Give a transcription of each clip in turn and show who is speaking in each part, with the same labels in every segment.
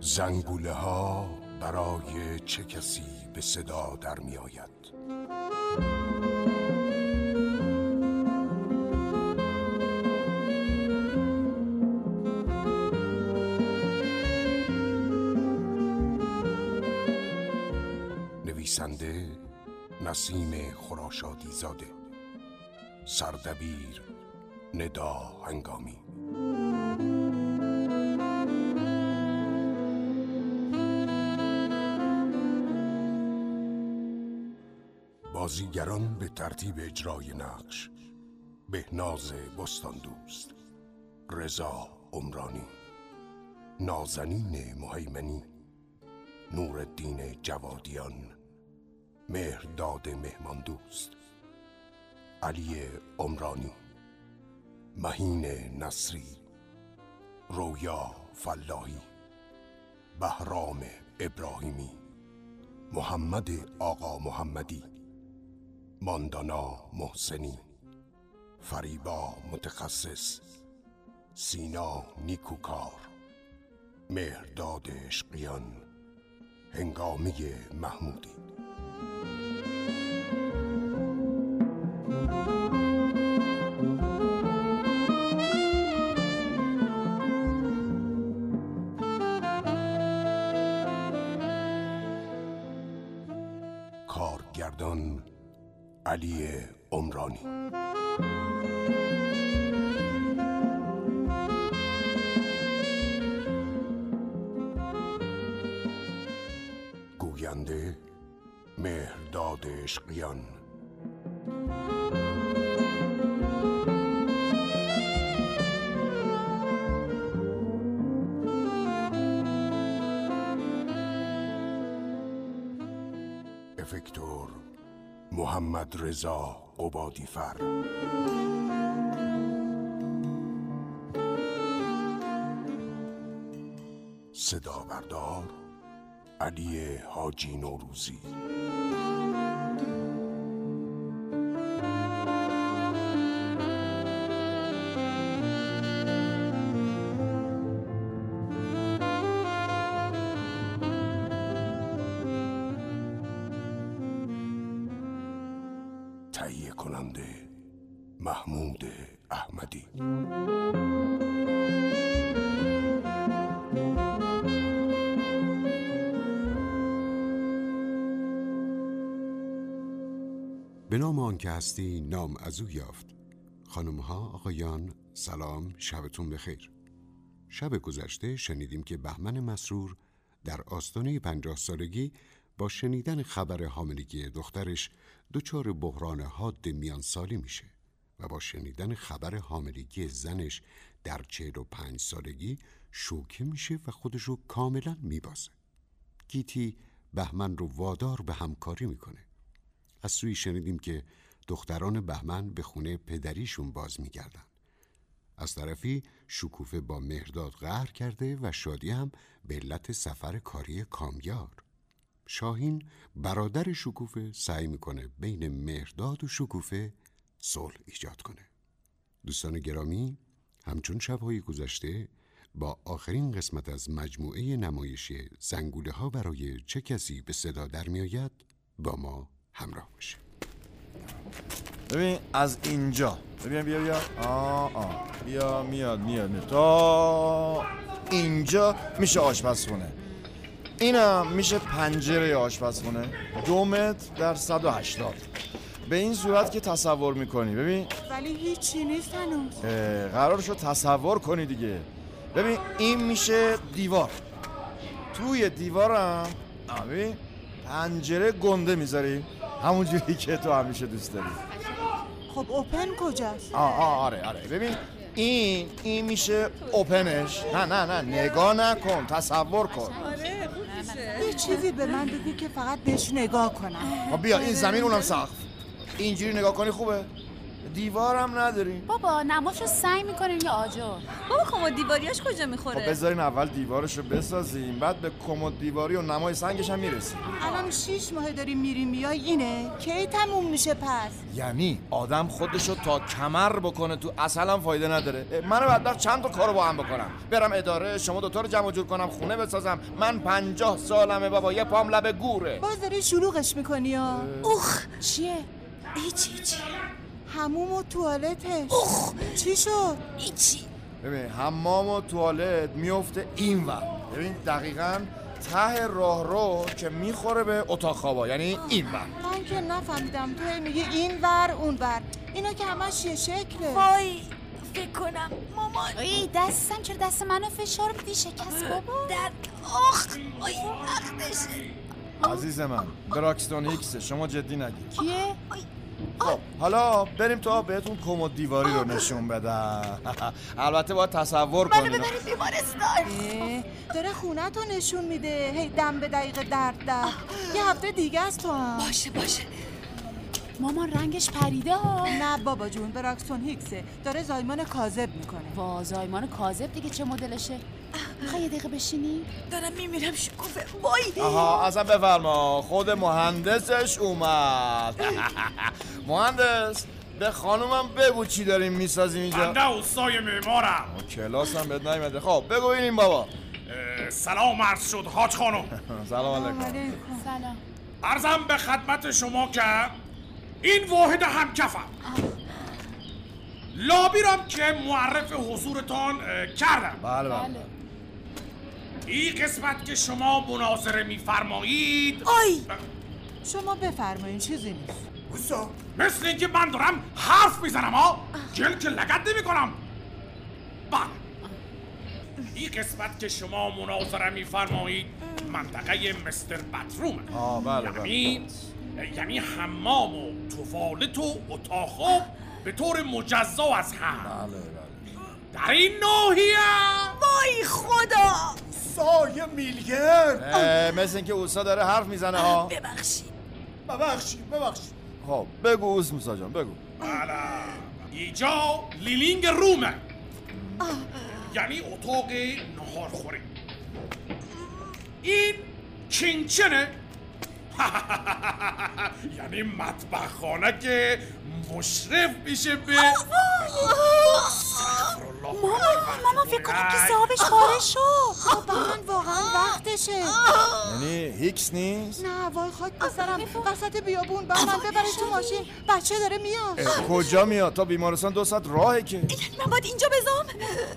Speaker 1: زنگوله ها برای چه کسی به صدا در می آید نویسنده نسیم خراشادی زاده سردبیر ندا هنگامی بازیگران به ترتیب اجرای نقش بهناز بستان دوست رضا عمرانی نازنین مهیمنی نورالدین جوادیان مهرداد مهمان دوست علی عمرانی مهین نصری رویا فلاحی بهرام ابراهیمی محمد آقا محمدی ماندانا محسنی فریبا متخصص سینا نیکوکار مهرداد اشقیان هنگامه محمودی کارگردان علی عمرانی گوینده مهرداد اشقیان افکتور محمد رضا قبادی فر صدا بردار علی حاجی نوروزی تهیه کننده محمود احمدی
Speaker 2: به نام آن که هستی نام از او یافت خانم ها آقایان سلام شبتون بخیر شب گذشته شنیدیم که بهمن مسرور در آستانه پنجاه سالگی با شنیدن خبر حاملگی دخترش دچار بحران حاد میان سالی میشه و با شنیدن خبر حاملگی زنش در چهل و پنج سالگی شوکه میشه و خودش رو کاملا میبازه گیتی بهمن رو وادار به همکاری میکنه از سوی شنیدیم که دختران بهمن به خونه پدریشون باز میگردن از طرفی شکوفه با مهرداد قهر کرده و شادی هم به علت سفر کاری کامیار شاهین برادر شکوفه سعی میکنه بین مهرداد و شکوفه صلح ایجاد کنه دوستان گرامی همچون شبهای گذشته با آخرین قسمت از مجموعه نمایشی زنگوله ها برای چه کسی به صدا در میآید با ما همراه باشید
Speaker 3: ببین از اینجا ببین بیا بیا آه آه بیا میاد میاد میاد تا اینجا میشه آشپزخونه اینم میشه پنجره آشپزخونه دو متر در 180 به این صورت که تصور میکنی ببین
Speaker 4: ولی هیچی نیست هنوز
Speaker 3: اه، قرار شد تصور کنی دیگه ببین این میشه دیوار توی دیوارم آه، ببین پنجره گنده میذاری همونجوری که تو همیشه دوست داری
Speaker 4: خب اوپن کجاست
Speaker 3: آه آه آره آره ببین این این میشه اوپنش نه نه نه نگاه نکن تصور کن
Speaker 4: آره، یه چیزی به من بگو که فقط بهش نگاه کنم
Speaker 5: خب،
Speaker 3: ما خب بیا این زمین اونم سقف اینجوری نگاه کنی خوبه دیوارم نداریم
Speaker 6: بابا نماشو سعی میکنیم یا آجر
Speaker 5: بابا کمد دیواریاش کجا میخوره
Speaker 6: آره.
Speaker 3: خب بذارین اول دیوارش رو بسازیم بعد به کمد دیواری و نمای سنگش هم میرسیم
Speaker 4: الان شیش ماه داریم میریم بیای اینه کی تموم میشه پس
Speaker 3: یعنی آدم خودش رو تا کمر بکنه تو اصلا فایده نداره اه، من بعد چند تا کارو با هم بکنم برم اداره شما دوتا رو جمع و جور کنم خونه بسازم من پنجاه سالمه بابا یه پام لب گوره
Speaker 4: باز داری شلوغش میکنی یا
Speaker 5: اوخ
Speaker 6: چیه؟
Speaker 5: هیچی هیچی
Speaker 4: هموم و توالتش چی شد
Speaker 5: هیچی
Speaker 3: ببین حمام و توالت میفته این ور ببین دقیقا ته راه رو که میخوره به اتاق خوابا یعنی این ور
Speaker 4: من که نفهمیدم تو هی میگی این ور اون ور اینا که همش یه شکله
Speaker 5: وای فکر کنم مامان
Speaker 6: ای دستم چرا دست منو فشار میدی شکست بابا
Speaker 5: درد آخ آی عقدشه
Speaker 3: عزیز من دراکستون هیکسه شما جدی نگیر
Speaker 6: کیه؟
Speaker 3: خب حالا بریم تا بهتون کمد دیواری رو نشون بدم البته باید تصور
Speaker 4: بله،
Speaker 5: منو
Speaker 3: کنید
Speaker 5: ببرید بیمارستان
Speaker 4: اه، داره خونه تو نشون میده هی دم به دقیقه درد درد یه هفته دیگه است تو هم
Speaker 5: باشه باشه
Speaker 6: مامان رنگش پریده ها
Speaker 4: نه بابا جون براکسون هیکسه داره زایمان کاذب میکنه
Speaker 6: وازایمان کاذب دیگه چه مدلشه میخوای یه دقیقه بشینی؟
Speaker 5: دارم میمیرم شکوفه وای
Speaker 3: آها ازم بفرما خود مهندسش اومد مهندس به خانومم بگو چی داریم میسازیم اینجا
Speaker 7: بنده اوستای معمارم
Speaker 3: کلاسم بهت نیومده خب بگو ببینیم بابا
Speaker 7: اه، سلام عرض شد حاج خانم
Speaker 3: سلام علیکم
Speaker 4: علیکم.
Speaker 6: سلام
Speaker 7: عرضم به خدمت شما که این واحد همکفم لابیرم که معرف حضورتان اه، کردم
Speaker 3: بله بله
Speaker 6: بله
Speaker 7: این قسمت که شما مناظره میفرمایید
Speaker 5: آی
Speaker 4: شما بفرمایین چیزی نیست
Speaker 7: مثل اینکه من دارم حرف میزنم ها گل که لگت نمی کنم بله این قسمت که شما مناظره میفرمایید منطقه مستر بطرومه
Speaker 3: آه بله بله
Speaker 7: یعنی یعنی حمام و توالت و اتاق خواب به طور مجزا از هم
Speaker 3: بله بله
Speaker 7: در این ناحیه
Speaker 5: وای خدا
Speaker 3: سایه میلگرد اه، مثل اینکه اوسا داره حرف میزنه ها
Speaker 5: ببخشید
Speaker 3: ببخشید ببخشید خب بگو اوس موسا جان بگو
Speaker 7: بله اینجا لیلینگ رومه یعنی اتاق نهارخوری این کینچنه یعنی مطبخ خانه که مشرف میشه به
Speaker 6: مامان مامان فکر کنم که صاحبش پاره شد
Speaker 4: بابا خب، من واقعا وقتشه
Speaker 3: یعنی هیکس نیست
Speaker 4: نه وای خاک بسرم وسط بیابون بعد من ببری تو ماشین بچه داره میاد
Speaker 3: اه، کجا میاد تا بیمارستان دو ساعت راهه که
Speaker 5: من باید اینجا بزام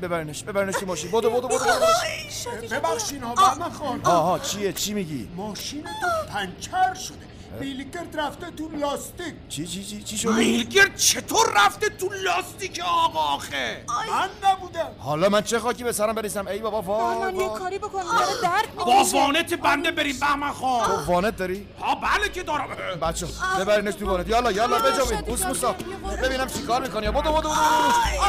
Speaker 3: ببرینش ببرینش تو ماشین بدو بدو بدو, بدو.
Speaker 8: ببخشین ها بهمن خان
Speaker 3: آها چیه چی میگی
Speaker 8: ماشین تو پنچر شده بیلگرد رفته تو لاستیک
Speaker 3: چی چی چی چی شد
Speaker 7: میلگر چطور رفته تو لاستیک آقا آخه
Speaker 8: من نبودم
Speaker 3: حالا من چه خاکی به سرم بریزم ای بابا
Speaker 4: من
Speaker 3: وای
Speaker 4: یه
Speaker 3: وای
Speaker 4: کاری بکنم داره درد
Speaker 7: با
Speaker 4: میکشه
Speaker 7: وانت بنده بریم بهمن
Speaker 3: تو
Speaker 7: خان
Speaker 3: وانت داری
Speaker 7: ها بله که دارم اه،
Speaker 3: بچه ببرینش تو وانت یالا یالا بجامین اوس موسا ببینم چیکار میکنی بدو بدو بدو بدو.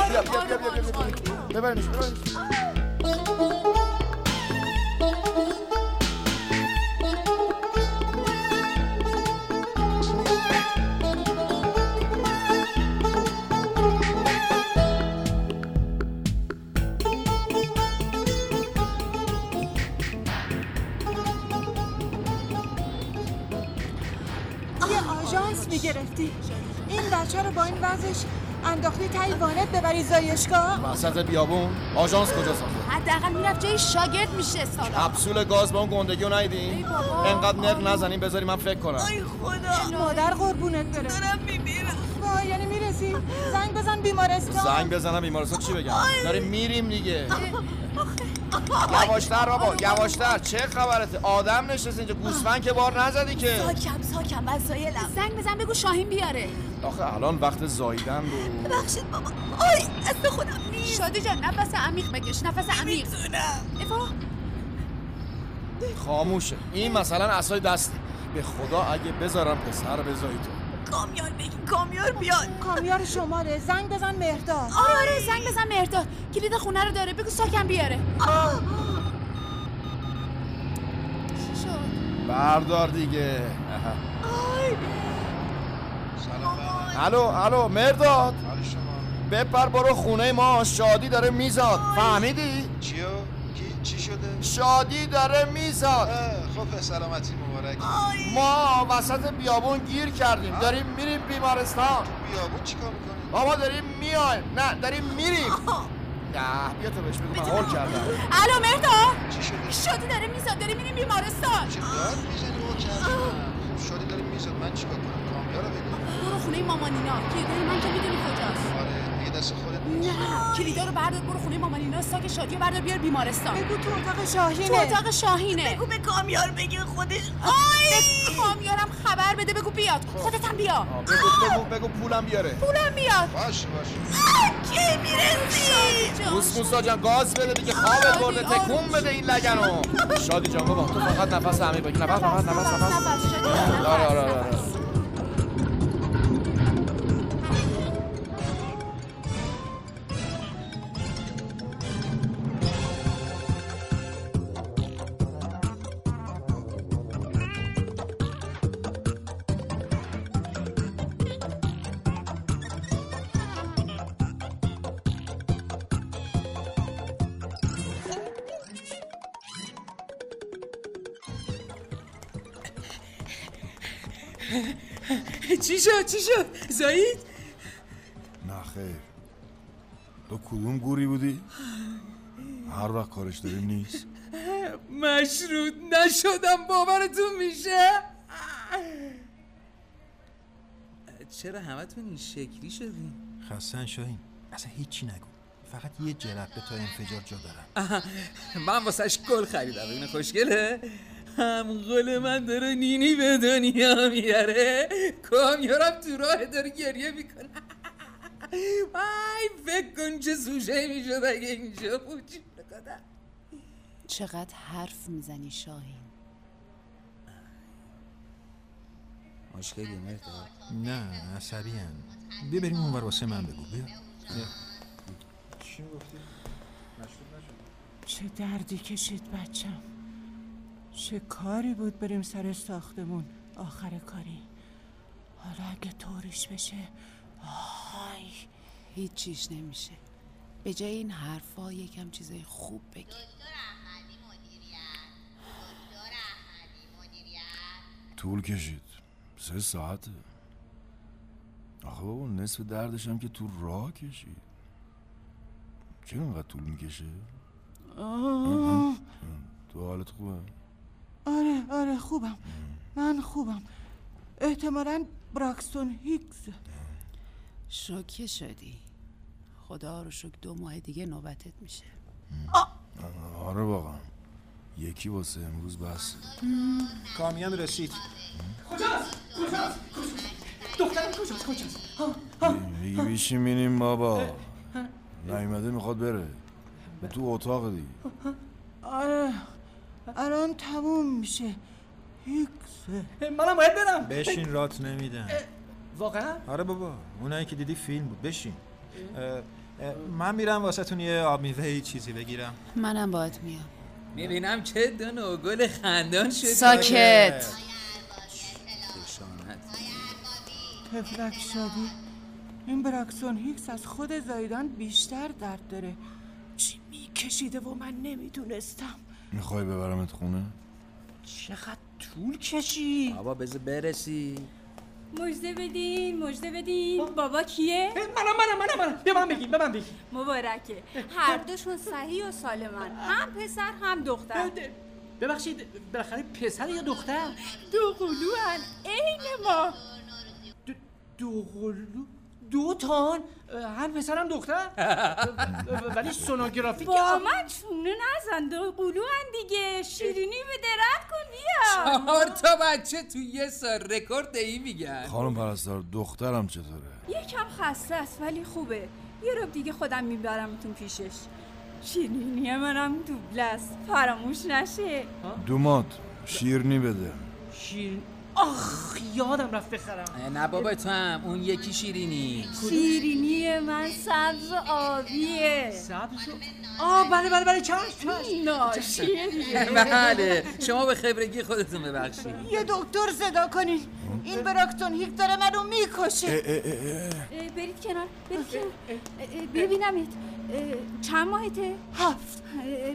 Speaker 3: بیا بیا بیا بیا بیا بیا. ببرینش ببرینش
Speaker 4: یه آژانس میگرفتی این بچه رو با این وضعش انداختی تایی وانت ببری زایشگاه
Speaker 3: وسط بیابون آژانس کجا ساخته
Speaker 6: حداقل میرفت جای شاگرد میشه سالا
Speaker 3: کپسول گاز با اون گندگی رو ندیدین
Speaker 6: بابا.
Speaker 3: انقدر نق نزنین بذاری من فکر کنم
Speaker 5: ای خدا
Speaker 4: مادر قربونت بره
Speaker 5: دارم میمیرم
Speaker 4: وای یعنی میرسی زنگ بزن بیمارستان
Speaker 3: زنگ بزنم بیمارستان چی بگم داریم میریم دیگه یواشتر بابا یواشتر چه خبرته آدم نشسته اینجا گوسفند که بار نزدی که
Speaker 5: ساکم ساکم وسایلم
Speaker 6: زنگ بزن بگو شاهین بیاره
Speaker 3: آخه الان وقت زاییدن بود
Speaker 5: ببخشید بابا آی از خودم نیست
Speaker 6: شادی جان نفس عمیق بکش نفس عمیق
Speaker 5: میتونم
Speaker 6: ایوا
Speaker 3: خاموشه این مثلا اسای دست به خدا اگه بذارم پسر بذاری تو
Speaker 5: کامیار بگیم کامیار بیاد
Speaker 4: کامیار شماره زنگ بزن مهرداد
Speaker 6: آره آره زنگ بزن مهرداد کلید خونه رو داره بگو ساکن بیاره چی شد
Speaker 3: بردار دیگه
Speaker 5: آی مامان
Speaker 3: الو الو مرداد
Speaker 9: حال شما
Speaker 3: بپر برو خونه ما شادی داره میزاد فهمیدی؟
Speaker 9: چیو؟ کی چی شده؟
Speaker 3: شادی داره میزاد
Speaker 9: اه، خب به سلامتی مبارک
Speaker 3: ما وسط بیابون گیر کردیم داریم میریم بیمارستان
Speaker 9: بیابون چیکار میکنی؟
Speaker 3: بابا داریم میایم نه داریم میریم نه بیا تو بهش بگو من هول کردم
Speaker 5: الو مردا
Speaker 9: چی شده؟
Speaker 5: شادی داره میزاد داره میریم بیمارستان
Speaker 9: چه داد میزنی او کردم خب شادی داری میزد من چیکار کنم کامیاب رو بگو
Speaker 6: برو خونه مامانینا کلیدای من که میدونی کجاست
Speaker 9: آره دیگه دست خودت نیست.
Speaker 6: نه کلیدا رو بردار برو خونه مامانینا ساک شادی رو بردار بیار بیمارستان
Speaker 4: بگو تو اتاق
Speaker 6: تو
Speaker 4: شاهینه
Speaker 6: اتاق شاهینه
Speaker 5: بگو به کامیار بگه خودش آی
Speaker 6: کامیارم خبر بده بگو بیاد
Speaker 9: خب.
Speaker 6: خودت هم بیا
Speaker 3: آه، بگو بگو بگو پولم بیاره
Speaker 6: پولم بیاد
Speaker 9: باشه باشه
Speaker 5: کی میرسی
Speaker 3: موسا جان گاز بده دیگه خوابت برده تکون بده این لگنو شادی جان بابا تو فقط نفس عمیق بگی نفس فقط نفس نفس
Speaker 6: نفس شادی
Speaker 3: آره آره آره آره.
Speaker 10: چی شد چی شد زایید
Speaker 3: نه خیر تو کدوم گوری بودی؟ هر وقت کارش داریم نیست
Speaker 10: مشروط نشدم باورتون میشه چرا همتون این شکلی شدین
Speaker 9: خستن شاهین اصلا هیچی نگو فقط یه جرقه تا انفجار جا دارم
Speaker 10: من واسهش گل خریدم این خوشگله هم گل من داره نینی به دنیا میاره کامیارم تو راه داره گریه میکنه وای فکر کن چه سوشه میشد اگه اینجا بود چی می‌کنم.
Speaker 6: چقدر حرف میزنی شاهین
Speaker 10: مشکلی مرداد
Speaker 9: نه عصبی هم ببریم اونور واسه من بگو بیا
Speaker 10: چه دردی کشید بچم چه کاری بود بریم سر ساختمون آخر کاری حالا اگه طوریش بشه آی
Speaker 6: هیچیش نمیشه به جای این حرفا یکم چیزای خوب بگی
Speaker 3: طول کشید سه ساعته آخه بابا نصف دردش هم که تو راه کشید چرا اینقدر طول میکشه؟ تو حالت خوبه؟
Speaker 11: آره آره خوبم من خوبم احتمالا براکسون هیکس
Speaker 6: شوکه شدی خدا رو شکر دو ماه دیگه نوبتت میشه
Speaker 3: آره واقعا یکی واسه امروز بس
Speaker 9: کامیان رسید
Speaker 10: دخترم کجاست کجاست
Speaker 3: دیگه میریم بابا نیومده میخواد بره به تو اتاق دیگه
Speaker 11: آره الان تموم میشه هیکس
Speaker 10: منم باید برم
Speaker 9: بشین رات نمیدن
Speaker 10: واقعا
Speaker 9: آره بابا اونایی که دیدی فیلم بود بشین اه، اه، من میرم واسه تون یه آب میوه یه چیزی بگیرم
Speaker 6: منم باید میام
Speaker 10: میبینم چه دو گل خندان شد
Speaker 6: ساکت
Speaker 10: خشونت.
Speaker 11: تفلک شادی این براکسون هیکس از خود زایدان بیشتر درد داره چی میکشیده و من نمیدونستم
Speaker 3: میخوای ببرمت خونه؟
Speaker 11: چقدر طول کشید
Speaker 10: بابا بذار برسی
Speaker 5: مجده بدین مجده بدین بابا کیه؟
Speaker 10: منم منم منم منم به من بگی به من بگی
Speaker 5: مبارکه هر دوشون صحیح و سالمن هم پسر هم دختر
Speaker 10: ببخشید بالاخره پسر یا دختر
Speaker 5: دو قلوان عین ما
Speaker 10: دو قلو دو تان هم پسرم دختر
Speaker 7: Euh,
Speaker 10: ولی سونوگرافی
Speaker 7: Ah,
Speaker 5: با من چونه نزن دو قلوان دیگه شیرینی به درد کن بیا
Speaker 10: چهار تا بچه تو یه سال رکورد ای میگن
Speaker 3: خانم پرستار دخترم چطوره؟
Speaker 5: یکم خسته است ولی خوبه یه رب دیگه خودم میبرمتون پیشش شیرینی منم دوبله است فراموش نشه
Speaker 3: دومات شیرنی بده
Speaker 10: شیر آخ یادم رفت بخرم
Speaker 12: نه بابا تو هم اون یکی شیرینی
Speaker 5: شیرینی من سبز و آبیه
Speaker 10: سبز آه بله بله بله چشم چشم
Speaker 5: ناشیه دیگه
Speaker 12: بله شما به خبرگی خودتون ببخشید
Speaker 4: یه دکتر صدا کنین این براکتون هیک داره منو میکشه
Speaker 5: اه، برید کنار برید کنار اه، اه، ببینمت اه، چند ماهته؟ هفت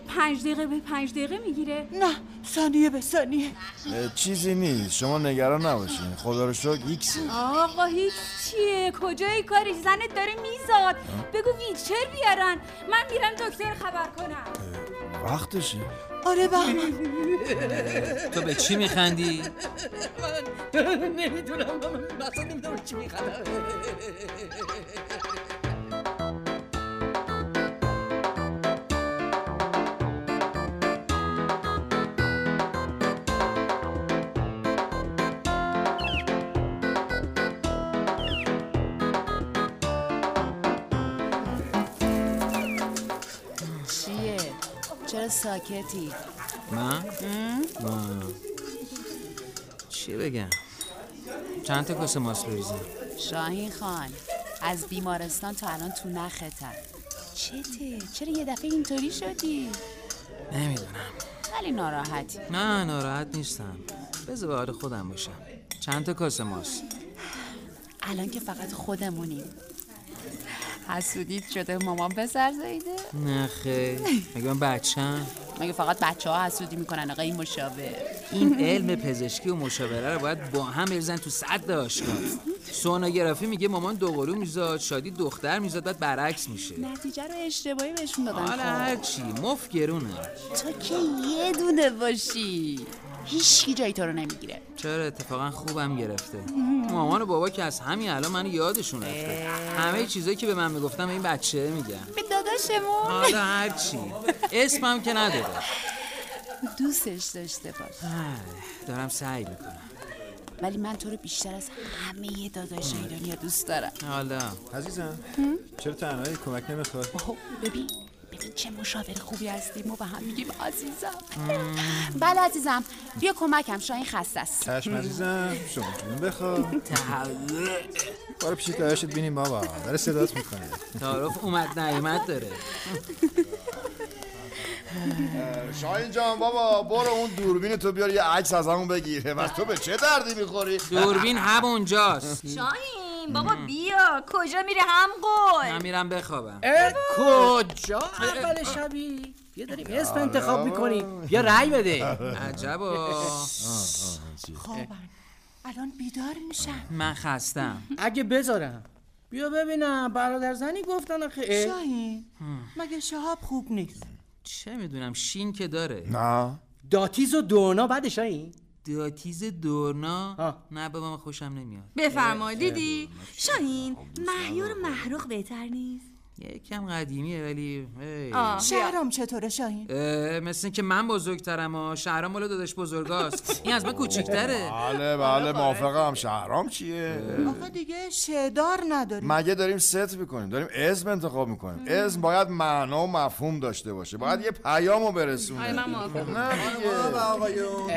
Speaker 5: پنج دقیقه به پنج دقیقه میگیره؟
Speaker 4: نه ثانیه به ثانیه
Speaker 3: اه، چیزی نیست شما نگران نباشین خدا رو شکر ایکس
Speaker 5: آقا هیچ چیه کجای کارش زنت داره میزاد بگو ویلچر بیارن من میرم دکتر خبر کنم
Speaker 3: وقتشه
Speaker 4: آره
Speaker 12: تو به چی میخندی؟
Speaker 10: من نمیدونم من اصلا نمیدونم چی میخوام
Speaker 6: چیه؟ چرا ساکتی؟
Speaker 12: من؟
Speaker 6: م؟
Speaker 12: آه. چی بگم؟ چند تا کس ماست بریزم
Speaker 6: شاهین خان از بیمارستان تا الان تو نختم چته؟ چرا یه دفعه اینطوری شدی؟
Speaker 12: نمیدونم
Speaker 6: ولی ناراحتی
Speaker 12: نه ناراحت نیستم بذار به حال خودم باشم چند تا کاسه ماست
Speaker 6: الان که فقط خودمونیم حسودیت شده مامان پسر زایده؟
Speaker 12: نه خیر مگه من بچم
Speaker 6: مگه فقط بچه ها حسودی میکنن آقای مشابه
Speaker 12: این علم پزشکی و مشاوره رو باید با هم بریزن تو صد آشکار سونوگرافی میگه مامان دوقلو میزاد شادی دختر میزاد بعد برعکس میشه
Speaker 6: نتیجه رو اشتباهی بهشون دادن خب.
Speaker 12: حالا هرچی مفت گرونه
Speaker 6: تو که یه دونه باشی هیچ جایی تو رو نمیگیره
Speaker 12: چرا اتفاقا خوبم گرفته مامان و بابا که از همین الان من یادشون رفته همه چیزایی که به من میگفتم این بچه میگم
Speaker 6: به داداشمون
Speaker 12: حالا هرچی اسمم که نداره
Speaker 6: دوستش داشته باش
Speaker 12: بله، دارم سعی میکنم
Speaker 6: ولی من تو رو بیشتر از همه داداش ایرانیا دوست دارم
Speaker 12: حالا
Speaker 9: عزیزم چرا تنهایی کمک نمیخوای
Speaker 6: ببین ببین چه مشاور خوبی هستیم ما به هم میگیم عزیزم
Speaker 13: Mm.
Speaker 6: بله عزیزم بیا کمکم شاهین خسته است
Speaker 9: چشم عزیزم شما جون بخوا بارا پیش تایشت بینیم بابا داره صدات میکنه
Speaker 12: تعارف اومد نعیمت داره
Speaker 3: شاهین جان بابا برو اون دوربین تو بیار یه عکس از همون بگیره و تو به چه دردی میخوری
Speaker 12: دوربین همونجاست
Speaker 5: شاهین بابا بیا کجا میره هم قول
Speaker 12: من میرم بخوابم
Speaker 13: کجا اول شبی بیا داریم اسم انتخاب میکنیم بیا رأی بده
Speaker 12: عجبا خب،
Speaker 10: خوابن الان بیدار میشم
Speaker 12: من خستم
Speaker 13: اگه بذارم بیا ببینم برادر زنی گفتن آخه اه.
Speaker 10: شاهین مگه شهاب خوب نیست
Speaker 12: چه میدونم شین که داره
Speaker 3: نه
Speaker 13: داتیز و دورنا بعدش این
Speaker 12: داتیز دورنا نه بابا من خوشم نمیاد
Speaker 5: بفرما دیدی شاهین مهیار محروق بهتر نیست
Speaker 12: یکم قدیمیه ولی ای.
Speaker 10: شهرام چطوره شاهین
Speaker 12: اه، مثل اینکه من بزرگترم ها شهرام مال داداش بزرگاست این از من کوچیک‌تره
Speaker 3: بله بله موافقم شهرام چیه
Speaker 10: آقا دیگه شعدار نداری
Speaker 3: مگه داریم ست میکنیم داریم اسم انتخاب میکنیم اسم باید معنا و مفهوم داشته باشه باید یه پیامو
Speaker 5: آره،
Speaker 3: برسونه
Speaker 9: آقا آقایون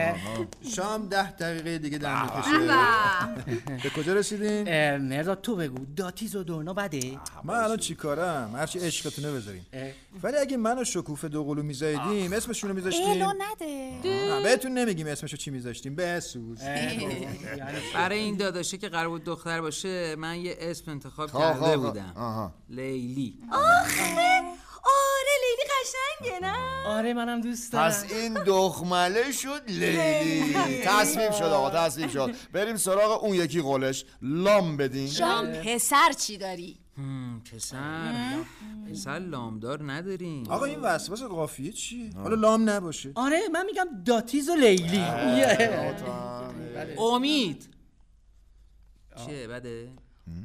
Speaker 9: شام ده دقیقه دیگه در
Speaker 13: به کجا رسیدین؟ مرزا تو بگو داتیز و دورنا بده
Speaker 9: من الان چیکارم هرچی عشقتونه بذارین ولی اگه منو شکوفه دوقلو میزایدیم اسمشونو میذاشتیم
Speaker 4: الو نده
Speaker 9: نه بهتون نمیگیم اسمشو چی میذاشتیم بسوز
Speaker 12: برای این داداشه که قرار بود دختر باشه من یه اسم انتخاب
Speaker 9: آها،
Speaker 12: کرده
Speaker 9: خب، آها.
Speaker 12: بودم لیلی
Speaker 5: آخه آره لیلی قشنگه نه
Speaker 13: آره منم دوست دارم
Speaker 3: پس این دخمله شد لیلی تصمیم شد آقا تصمیم شد بریم سراغ اون یکی قولش لام بدین
Speaker 6: شاهین پسر چی داری؟
Speaker 12: هم، پسر پسر لامدار نداریم
Speaker 9: آقا این وسواس قافیه چیه حالا لام نباشه
Speaker 13: آره من میگم داتیز و لیلی یه.
Speaker 12: امید چیه بده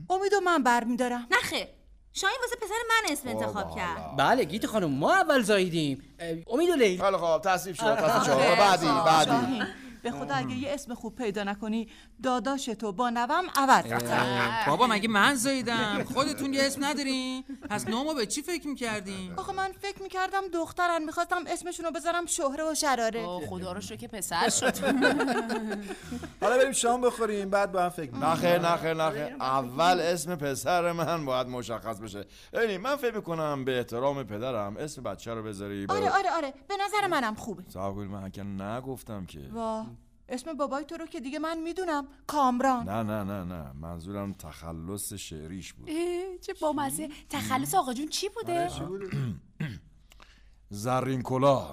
Speaker 10: امیدو من برمیدارم
Speaker 5: نخیر شاهین واسه پسر من اسم انتخاب کرد
Speaker 13: بله گیت خانم ما اول زاییدیم اه، امید و لیلی
Speaker 3: خیلی خب تصمیم شد تصمیم شد
Speaker 13: آره.
Speaker 3: بعدی بعدی
Speaker 10: شاهین
Speaker 4: به خدا اگه یه اسم خوب پیدا نکنی داداش تو با نوم عوض
Speaker 12: اه، بابا مگه من زاییدم خودتون یه اسم ندارین پس نومو به چی فکر میکردین
Speaker 4: آخه من فکر میکردم دخترن میخواستم اسمشون رو بذارم شهره و شراره
Speaker 6: خدا رو شو که پسر شد
Speaker 3: حالا بریم شام بخوریم بعد با هم فکر نه خیر نه خیر نه خیر. اول اسم پسر من باید مشخص بشه یعنی من فکر میکنم به احترام پدرم اسم بچه رو بذاری برا-
Speaker 4: آره آره آره به نظر منم خوبه
Speaker 3: صاحب گل، من هرکن نگفتم که
Speaker 4: وا اسم بابای تو رو که دیگه من میدونم کامران
Speaker 3: نه نه نه نه منظورم تخلص شعریش بود
Speaker 6: اه، چه بامزه تخلص آقا جون آره، چی بوده؟
Speaker 3: زرین کلا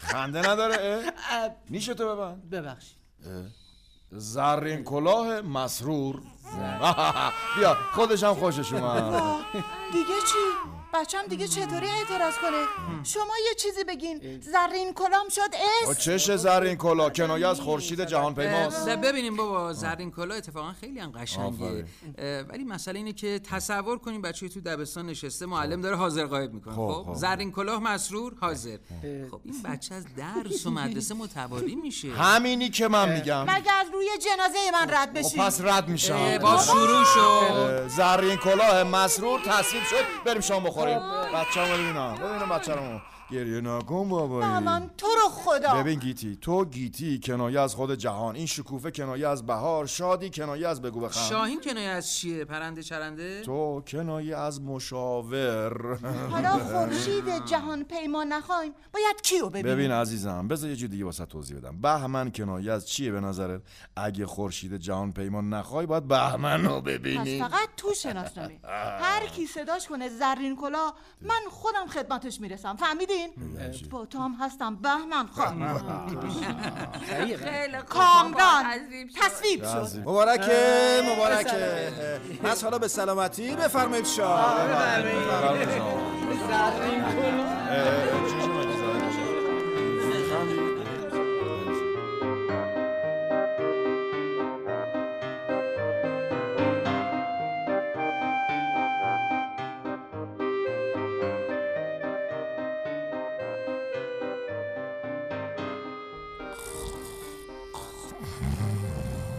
Speaker 3: خنده نداره اه؟ نیشه تو ببند
Speaker 14: ببخشید
Speaker 3: اه. زرین کلاه مسرور بیا خودش هم خوشش اومد
Speaker 4: وا دیگه چی بچم دیگه چطوری اعتراض کنه شما یه چیزی بگین زرین کلام شد
Speaker 3: آه،
Speaker 4: اس
Speaker 3: چش زرین کلاه کنایه از خورشید جهان پیماست
Speaker 12: نه، ببینیم بابا زرین کلا اتفاقا خیلی هم قشنگه
Speaker 3: بله. آفرین.
Speaker 12: اه، ولی مسئله اینه که تصور کنیم بچه تو دبستان نشسته معلم داره حاضر غایب میکنه
Speaker 3: خب،
Speaker 12: خب
Speaker 3: خب.
Speaker 12: زرین کلاه مسرور حاضر خب این بچه از درس و مدرسه متواری میشه
Speaker 3: همینی که من میگم
Speaker 4: مگه از روی جنازه من رد بشی
Speaker 3: خب پس رد میشم
Speaker 12: اه، باز شروع شد
Speaker 3: اه، زرین کلاه مسرور تصویب شد بریم شام بخوریم بچه هم ببینم ببینم بچه رو گریه نکن بابایی
Speaker 4: مامان تو رو خدا
Speaker 3: ببین گیتی تو گیتی کنایه از خود جهان این شکوفه کنایه از بهار شادی کنایه از بگو بخند
Speaker 12: شاهین کنایه از چیه پرنده چرنده
Speaker 3: تو کنایه از مشاور
Speaker 4: حالا خورشید جهان پیما نخوایم باید کیو ببینیم
Speaker 3: ببین عزیزم بذار یه جور دیگه واسه توضیح بدم بهمن کنایه از چیه به نظرت اگه خورشید جهان پیمان نخوای باید بهمن رو ببینی
Speaker 4: پس فقط تو شناسنامه هر کی صداش کنه زرین کلا من خودم خدمتش میرسم فهمیدین با تو هم هستم بهمن خان
Speaker 6: خیلی خوب.
Speaker 4: کامران
Speaker 6: عظیم شد.
Speaker 4: تصویب شد
Speaker 3: عظیم. مبارکه مبارکه اه، از حالا به سلامتی بفرمایید شاه بفرمایید شاه.
Speaker 4: آه، ما.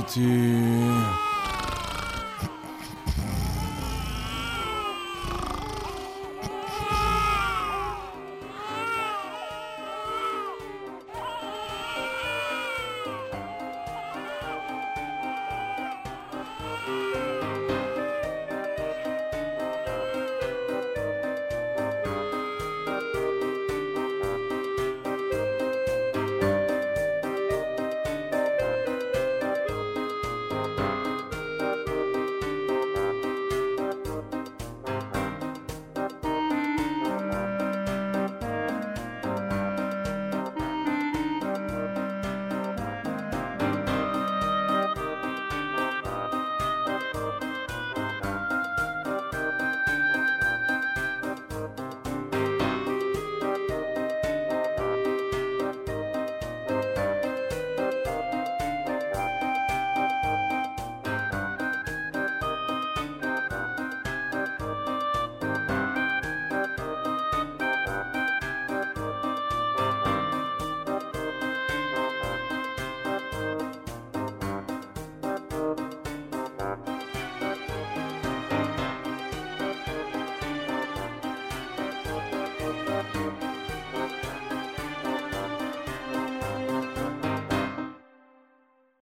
Speaker 3: گیتی